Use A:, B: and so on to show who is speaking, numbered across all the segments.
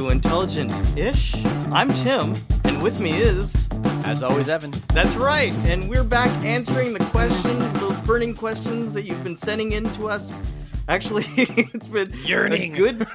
A: legend ish. I'm Tim, and with me is.
B: As always, Evan.
A: That's right, and we're back answering the questions, those burning questions that you've been sending in to us. Actually, it's been
B: Yearning.
A: a good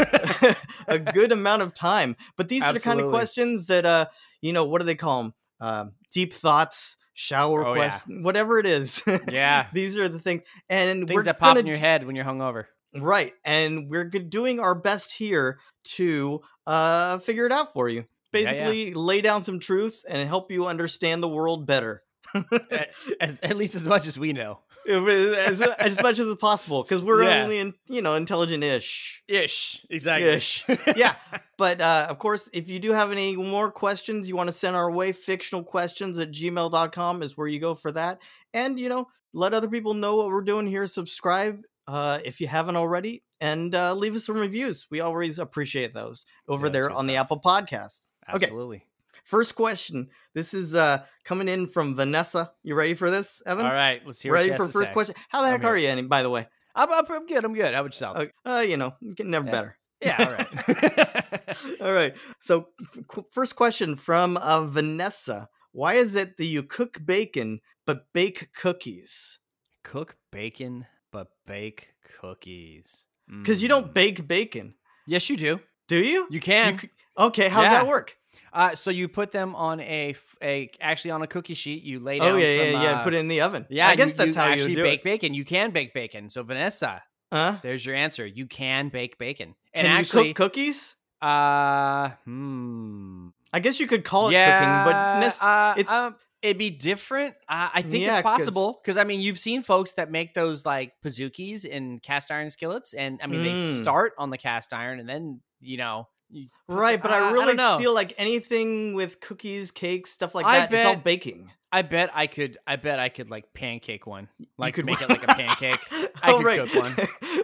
A: a good amount of time. But these are the kind of
B: Absolutely.
A: questions that uh, you know, what do they call them? Uh, deep thoughts, shower
B: Oh, yeah.
A: question, whatever it is.
B: Yeah.
A: these are the things, and we're
B: Things that pop
A: gonna
B: in your head when you're hungover.
A: Right. And we're g- doing our best here to uh, figure it out for you.
B: Yeah, yeah.
A: Basically, lay down some truth and help you understand the world better.
B: As, at least as much as we know.
A: as, as much as possible because we're
B: Yeah.
A: only in, you know intelligent-ish
B: Ish. Exactly.
A: ish yeah but uh, of course if you do have any more questions you want to send our way fictional questions at gmail.com is where you go for that and you know let other people know what we're doing here subscribe uh, if you haven't already and uh, leave us some reviews we always appreciate those over
B: Yeah, that's
A: there
B: good
A: on the
B: stuff.
A: apple podcast Okay.
B: Absolutely.
A: first question this is uh, coming in from vanessa you ready for this evan
B: All right. Let's hear. what
A: ready
B: she has
A: for
B: to
A: first
B: say.
A: question how the
B: I'm
A: heck
B: here.
A: are you Annie, by the way
B: I'm, I'm, I'm good. I'm good. How about yourself?
A: Okay. Uh, you know, you can never
B: Oh. Yeah.
A: better.
B: Yeah. All right.
A: All right. So, f- qu- first question from uh, Vanessa: Why is it that you cook bacon but bake cookies?
B: Cook bacon, but bake cookies.
A: Because you
B: Mm.
A: don't bake bacon,
B: Yes, you do.
A: do you?
B: You can.
A: c- okay, how does that
B: Yeah.
A: work?
B: uh, so you put them on a f- a actually on a cookie sheet. You lay down.
A: Oh yeah, yeah,
B: some,
A: yeah.
B: uh,
A: Put it in the oven.
B: Yeah,
A: I
B: you-
A: guess that's how you
B: actually
A: do
B: bake
A: it.
B: bacon. You can bake bacon. So Vanessa,
A: Huh?
B: there's your answer. You can bake bacon.
A: Can
B: And actually,
A: you cook cookies?
B: uh, hmm.
A: I guess you could call it
B: yeah,
A: cooking, but nes-
B: uh,
A: it's-
B: um, it'd be different. Uh, I think
A: Yeah,
B: it's
A: 'cause-
B: possible because I mean, you've seen folks that make those like pazukis in cast iron skillets, and I mean, they
A: Mm.
B: start on the cast iron, and then you know, you put the-
A: right. But
B: uh,
A: I
B: don't
A: really
B: know.
A: feel like anything with cookies, cakes, stuff like
B: I
A: that, it's all
B: bet-
A: baking.
B: I bet I could. I bet I could like pancake one. Like
A: could-
B: make it like a pancake. I could cook one.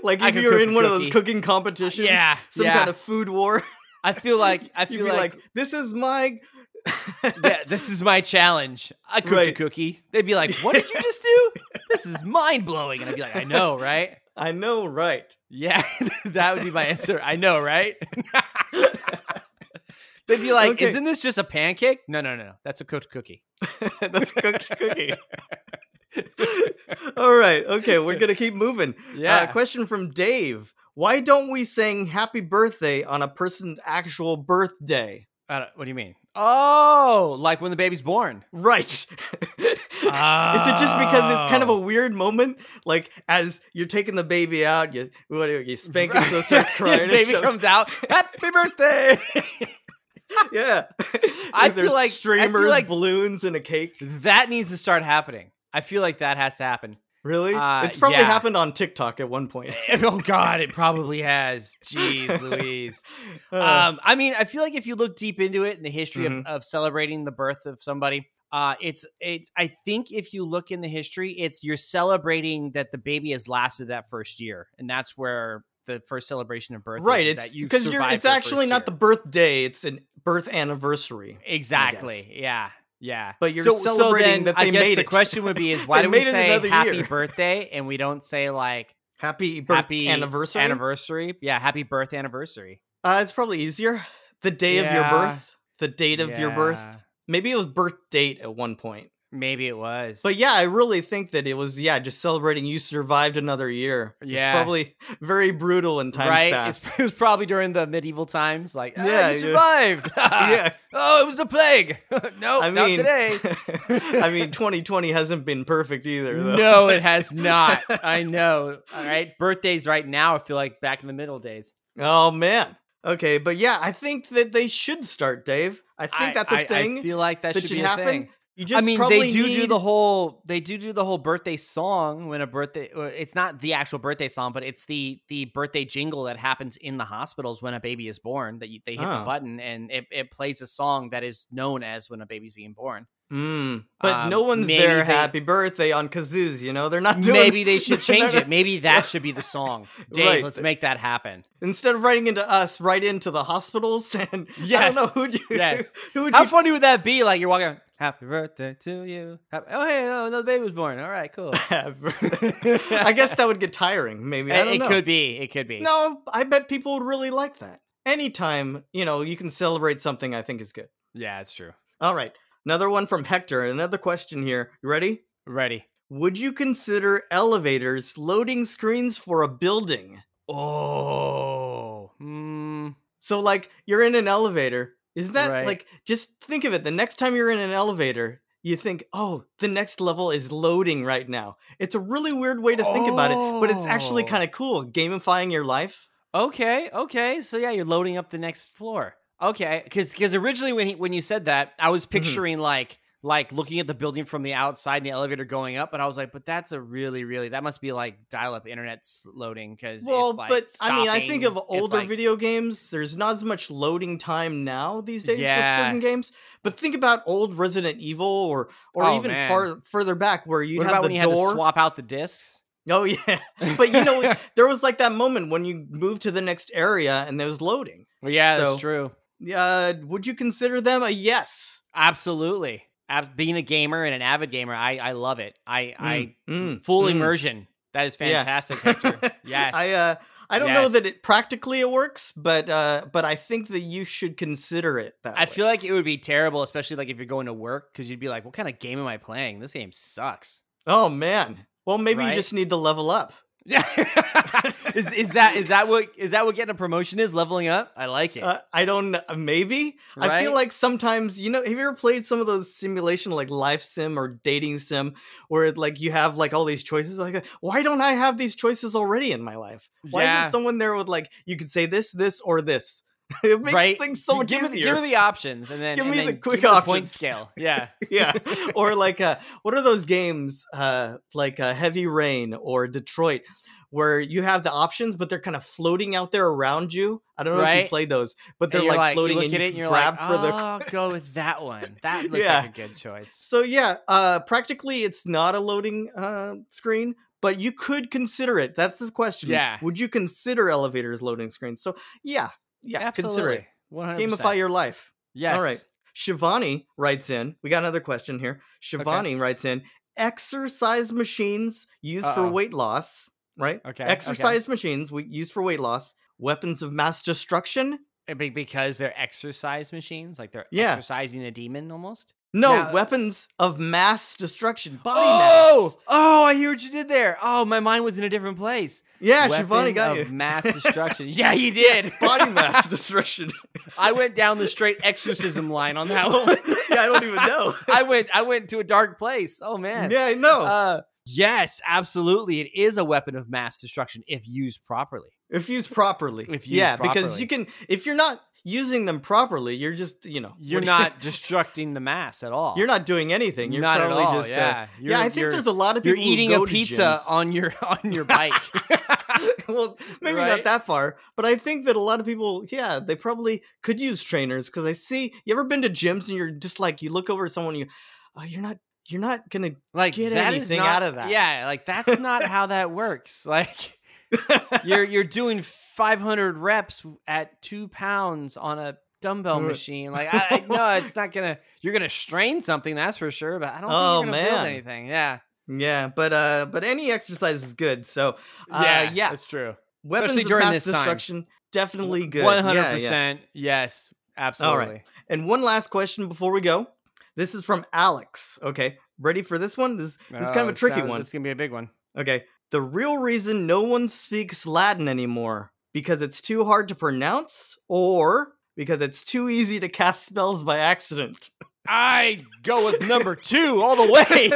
A: like
B: I
A: if
B: could
A: you were
B: cook
A: in
B: a
A: one of those
B: cookie. Uh,
A: cooking competitions,
B: yeah,
A: some
B: yeah.
A: kind of food war.
B: I feel like I
A: You'd
B: feel
A: be like,
B: like,
A: this is my.
B: yeah, this is my challenge. I cooked a
A: Right.
B: cookie. They'd be like, "What did you just do? This is mind blowing." And I'd be like, "I know, right?"
A: I know, right?
B: Yeah, that would be my answer. I know, right? They'd be like,
A: Okay.
B: "Isn't this just a pancake?" No, no, no. That's a cooked cookie.
A: That's a cooked cookie. All right, okay, we're gonna keep moving.
B: Yeah.
A: Uh, question from Dave: Why don't we sing "Happy Birthday" on a person's actual birthday?
B: I don't- what do you mean? Oh, like when the baby's born.
A: Right. Is it just because it's kind of a
B: Oh.
A: weird moment? Like as you're taking the baby out, you what, do you you spank it so it
B: Yeah,
A: starts crying. and
B: baby
A: stuff.
B: comes out. Happy birthday!
A: yeah.
B: I
A: If
B: feel
A: there's
B: like- I feel
A: streamers,
B: like-
A: balloons, and a cake.
B: that needs to start happening. I feel like that has to happen.
A: Really?
B: Uh,
A: it's probably
B: yeah.
A: happened on TikTok at one point.
B: oh God, it probably has. Jeez, Louise.
A: Uh,
B: um, I mean, I feel like if you look deep into it in the history
A: Mhm.
B: of, of celebrating the birth of somebody, uh, it's it's. I think if you look in the history, it's you're celebrating that the baby has lasted that first year, and that's where the first celebration of birth.
A: right.
B: is, is
A: It's
B: that you
A: because you're.
B: survived
A: It's
B: your
A: actually
B: first
A: not the
B: year.
A: birthday. It's a birth anniversary.
B: exactly. Yeah, yeah.
A: But you're
B: so,
A: celebrating
B: so then
A: that
B: I
A: they
B: guess
A: made
B: the
A: it.
B: question would be: Is why
A: They
B: do we
A: made it
B: say
A: another
B: happy
A: year.
B: birthday and we don't say like
A: Happy birth
B: happy
A: anniversary.
B: Anniversary, yeah, happy birth anniversary.
A: uh, it's probably easier. The day of your
B: Yeah.
A: birth. The date of your
B: Yeah,
A: birth. Maybe it was birth date at one point.
B: Maybe it was,
A: But yeah, I really think that it was yeah, just celebrating you survived another year. It's
B: Yeah.
A: probably very brutal in times
B: right?
A: past.
B: It's- It was probably during the medieval times. Like, ah,
A: Yeah,
B: you
A: yeah.
B: survived.
A: yeah,
B: Oh, it was the plague. no,
A: I
B: not
A: mean,
B: today.
A: I mean, 2020 hasn't been perfect either. Though.
B: no, it has not. I know. All right, birthdays right now. I feel like back in the middle days.
A: Oh man. Okay, but yeah, I think that they should start, Dave. I think that's a
B: I- I
A: thing
B: feel like that,
A: that
B: should
A: should
B: be a
A: happen.
B: thing.
A: You just
B: I mean,
A: probably
B: they do
A: need...
B: do the whole. They do do the whole birthday song when a birthday. uh, It's not the actual birthday song, but it's the the birthday jingle that happens in the hospitals when a baby is born. That you, they hit
A: Oh.
B: the button and it, it plays a song that is known as when a baby's being born.
A: Mm, but no
B: um,
A: one's
B: maybe
A: there.
B: they-
A: Happy birthday on kazoos. You know, they're not doing.
B: Maybe they should
A: they're
B: change
A: not-
B: it. Maybe that should be the song. Dave,
A: Right.
B: let's make that happen.
A: Instead of writing into us, write into the hospitals. And I
B: Yes.
A: don't know who you,
B: Yes.
A: who would
B: How
A: you
B: funny would that be? Like you're walking, around, happy birthday to you. Happy- oh hey, oh, another baby was born. All right, cool.
A: have? I guess that would get tiring. Maybe I
B: it
A: don't
B: it
A: know.
B: could be. It could be.
A: No, I bet people would really like that. anytime you know you can celebrate something, I think is good.
B: Yeah, it's true.
A: All right, another one from Hector. Another question here. You ready?
B: Ready.
A: Would you consider elevators loading screens for a building?
B: Oh. Mm.
A: So like you're in an elevator. Isn't that
B: Right.
A: like just think of it? The next time you're in an elevator, you think, "Oh, the next level is loading right now." It's a really weird way to think about it, but it's actually
B: Oh.
A: kind of cool, gamifying your life.
B: Okay, okay. So yeah, you're loading up the next floor. Okay, because originally when he, when you said that, I
A: Mm-hmm.
B: was picturing like like looking at the building from the outside and the elevator going up, but I was like, but that's a really really that must be like dial up internet s- loading because
A: Well,
B: like
A: but I mean, I think
B: stopping,
A: of
B: it's,
A: older
B: like-
A: video games. There's not as much loading time now these days
B: Yeah.
A: with certain games. But think about old Resident Evil, or or
B: Oh,
A: even
B: man.
A: far further back where you'd
B: What
A: have
B: about
A: the
B: when you had
A: door.
B: to swap out the discs?
A: oh yeah, But you know, there was like that moment when you moved to the next area and there was loading.
B: Well, yeah,
A: So-
B: that's true.
A: Uh, would you consider them a yes?
B: Absolutely. Ab- being a gamer and an avid gamer, I I love it. I I
A: Mm,
B: full
A: mm.
B: immersion. That is
A: Yeah.
B: fantastic, Hector. Yes.
A: I uh, I don't know that
B: Yes.
A: it practically it works, but uh, but I think that you should consider it. That
B: I
A: way.
B: feel like it would be terrible, especially like if you're going to work, because you'd be like, "What kind of game am I playing? This game sucks."
A: Oh man. Well, maybe
B: Right?
A: you just need to level up.
B: Yeah, is is that is that what is that what getting a promotion is? Leveling up. I like it.
A: Uh, I don't. kn- Maybe I feel
B: Right?
A: like sometimes you know. Have you ever played some of those simulation like life sim or dating sim, where like you have like all these choices? Like, why don't I have these choices already in my life? Why
B: Yeah.
A: isn't someone there with like you could say this, this, or this? it makes
B: right.
A: things so much
B: give me, the-
A: easier.
B: give me the options, and then
A: Give
B: and
A: me the
B: then
A: quick
B: give me point
A: options.
B: scale. Yeah.
A: yeah. Or like uh, what are those games uh, like uh, Heavy Rain or Detroit? Where you have the options, but they're kind of floating out there around you. I don't know if
B: Right.
A: you play those, but
B: And
A: they're
B: you're
A: like, floating
B: you
A: and
B: look
A: you
B: at it
A: can
B: and you're
A: grab
B: like,
A: for the
B: "Oh, go with that one. That looks
A: Yeah.
B: like a good choice."
A: So yeah, uh, practically it's not a loading uh, screen, but you could consider it. That's the question.
B: Yeah.
A: Would you consider elevators loading screens? So yeah, yeah, consider it.
B: Absolutely. One hundred
A: Gamify your life.
B: Yes.
A: All right. Shivani writes in. We got another question here. Shivani writes in. Exercise machines used for
B: Uh-oh.
A: weight loss, right?
B: Okay.
A: Exercise machines we used for weight loss. Weapons of mass destruction?
B: Okay. Eh, Be- Because they're exercise machines, like they're
A: Yeah.
B: exercising a demon almost.
A: No,
B: Now-
A: weapons of mass destruction. Body
B: oh,
A: mass.
B: oh, I hear what you did there. Oh, my mind was in a different place.
A: Yeah,
B: Weapon
A: Shivani got
B: of
A: you.
B: Mass destruction. yeah, you did.
A: body mass destruction.
B: I went down the straight exorcism line on that
A: Oh,
B: one.
A: yeah, I don't even know.
B: I went. I went to a dark place. Oh man.
A: yeah, I know.
B: Uh, yes, absolutely. It is a weapon of mass destruction if used properly.
A: if used properly.
B: if used
A: yeah, because you can. If you're not using them properly, you're just you know
B: You're
A: what do you-
B: not destructing the mass at all.
A: You're not doing anything. You're
B: Not at
A: probably
B: all,
A: just. uh,
B: yeah.
A: yeah,
B: You're-
A: I think
B: you're-
A: there's a lot of
B: You're
A: people who
B: eating
A: go
B: a
A: to
B: pizza
A: gyms-
B: on your on your bike.
A: well, maybe not
B: Right?
A: that far, but I think that a lot of people, yeah, they probably could use trainers because I see. You ever been to gyms and you're just like you look over at someone, you, oh, you're not, you're not gonna.
B: like
A: Get
B: that is
A: anything out
B: not-
A: of that.
B: Yeah, like that's not how that works. Like you're you're doing 500 reps at two pounds on a dumbbell
A: Right.
B: machine. Like I, I no, it's not gonna. You're gonna strain something, that's for sure. But I don't.
A: Oh,
B: think you're gonna
A: man.
B: build anything. Yeah,
A: yeah, but uh, but any exercise is good. So uh, yeah,
B: that's true.
A: weapons
B: Especially
A: of
B: during
A: mass
B: this time.
A: destruction definitely good.
B: One
A: Yeah,
B: hundred
A: yeah.
B: percent. Yes, absolutely.
A: All right. And one last question before we go. This is from Alex. Okay, ready for this one? This, this is kind of
B: Oh,
A: a tricky
B: sounds-
A: one.
B: It's gonna be a big one.
A: Okay. The real reason no one speaks Latin anymore because it's too hard to pronounce or because it's too easy to cast spells by accident.
B: I go with number two all the way.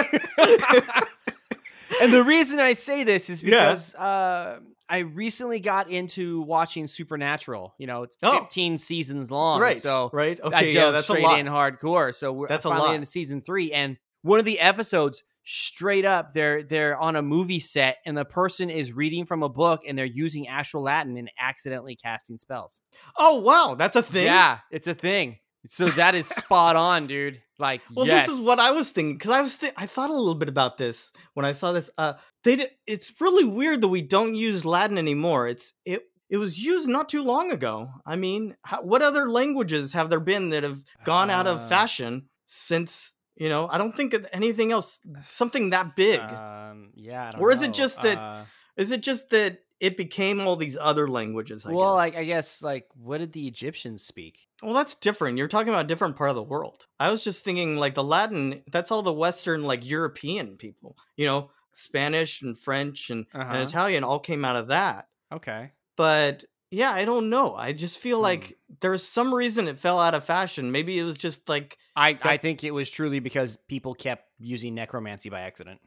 B: and the reason I say this is
A: Yeah.
B: because uh, I recently got into watching Supernatural. You know, it's
A: Oh.
B: 15 seasons long.
A: right.
B: So
A: right.
B: I
A: Okay.
B: dove
A: Yeah, that's a
B: straight
A: lot.
B: in hardcore. So we're
A: That's a
B: finally
A: lot.
B: into season three. And one of the episodes, straight up, they're they're on a movie set and the person is reading from a book and they're using actual Latin and accidentally casting spells.
A: Oh wow, that's a thing.
B: Yeah, it's a thing. So that is spot on, dude. Like,
A: Well,
B: yes.
A: this is what I was thinking because I was th- I thought a little bit about this when I saw this. Uh, they did, it's really weird that we don't use Latin anymore. It's it it was used not too long ago. I mean, how, what other languages have there been that have gone out
B: Uh.
A: of fashion since? You know, I don't think of anything else something that big.
B: Um, yeah. I don't
A: Or is it
B: know.
A: just that-
B: Uh,
A: Is it just that it became all these other languages? I
B: well,
A: guess.
B: like I guess, like what did the Egyptians speak?
A: well, that's different. You're talking about a different part of the world. I was just thinking like the Latin. That's all the Western, like European people. You know, Spanish and French and,
B: Uh-huh.
A: and Italian all came out of that.
B: Okay.
A: But yeah, I don't know. I just feel
B: Hmm.
A: like there's some reason it fell out of fashion. Maybe it was just like
B: I, I think it was truly because people kept using necromancy by accident.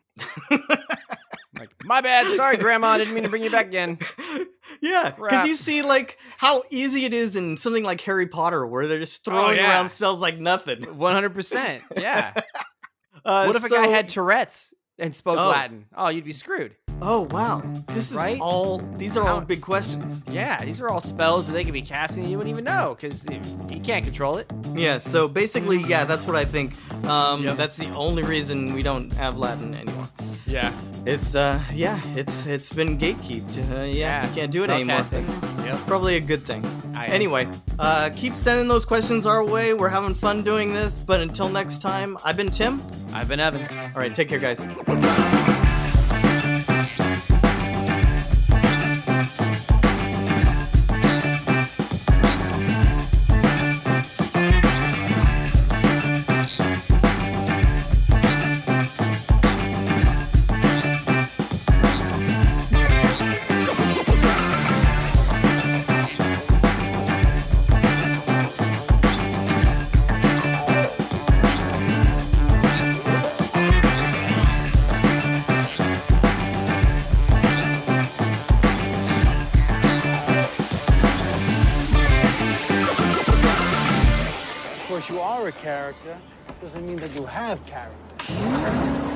B: Like, my bad. Sorry, Grandma. Didn't mean to bring you back again.
A: yeah, because
B: Crap.
A: you see like how easy it is in something like Harry Potter, where they're just throwing
B: Oh, yeah.
A: around spells like nothing.
B: 100%. Yeah.
A: Uh,
B: What if a guy
A: so-
B: had Tourette's and spoke
A: Oh.
B: Latin? Oh, you'd be screwed.
A: Oh wow, this is
B: Right?
A: all. These are
B: How-
A: all big questions.
B: Yeah, these are all spells that they could be casting and you wouldn't even know because you can't control it.
A: Yeah. So basically, yeah, that's what I think. Um,
B: Yep.
A: That's the only reason we don't have Latin anymore.
B: Yeah.
A: It's uh, yeah, it's it's been gatekeeped. Uh, yeah, you can't do it anymore.
B: Yep.
A: It's probably a good thing.
B: I-
A: anyway, uh, keep sending those questions our way. We're having fun doing this, but until next time, I've been Tim.
B: I've been Evan.
A: All right, take care, guys.
C: Of course, you are a character. Doesn't mean that you have character.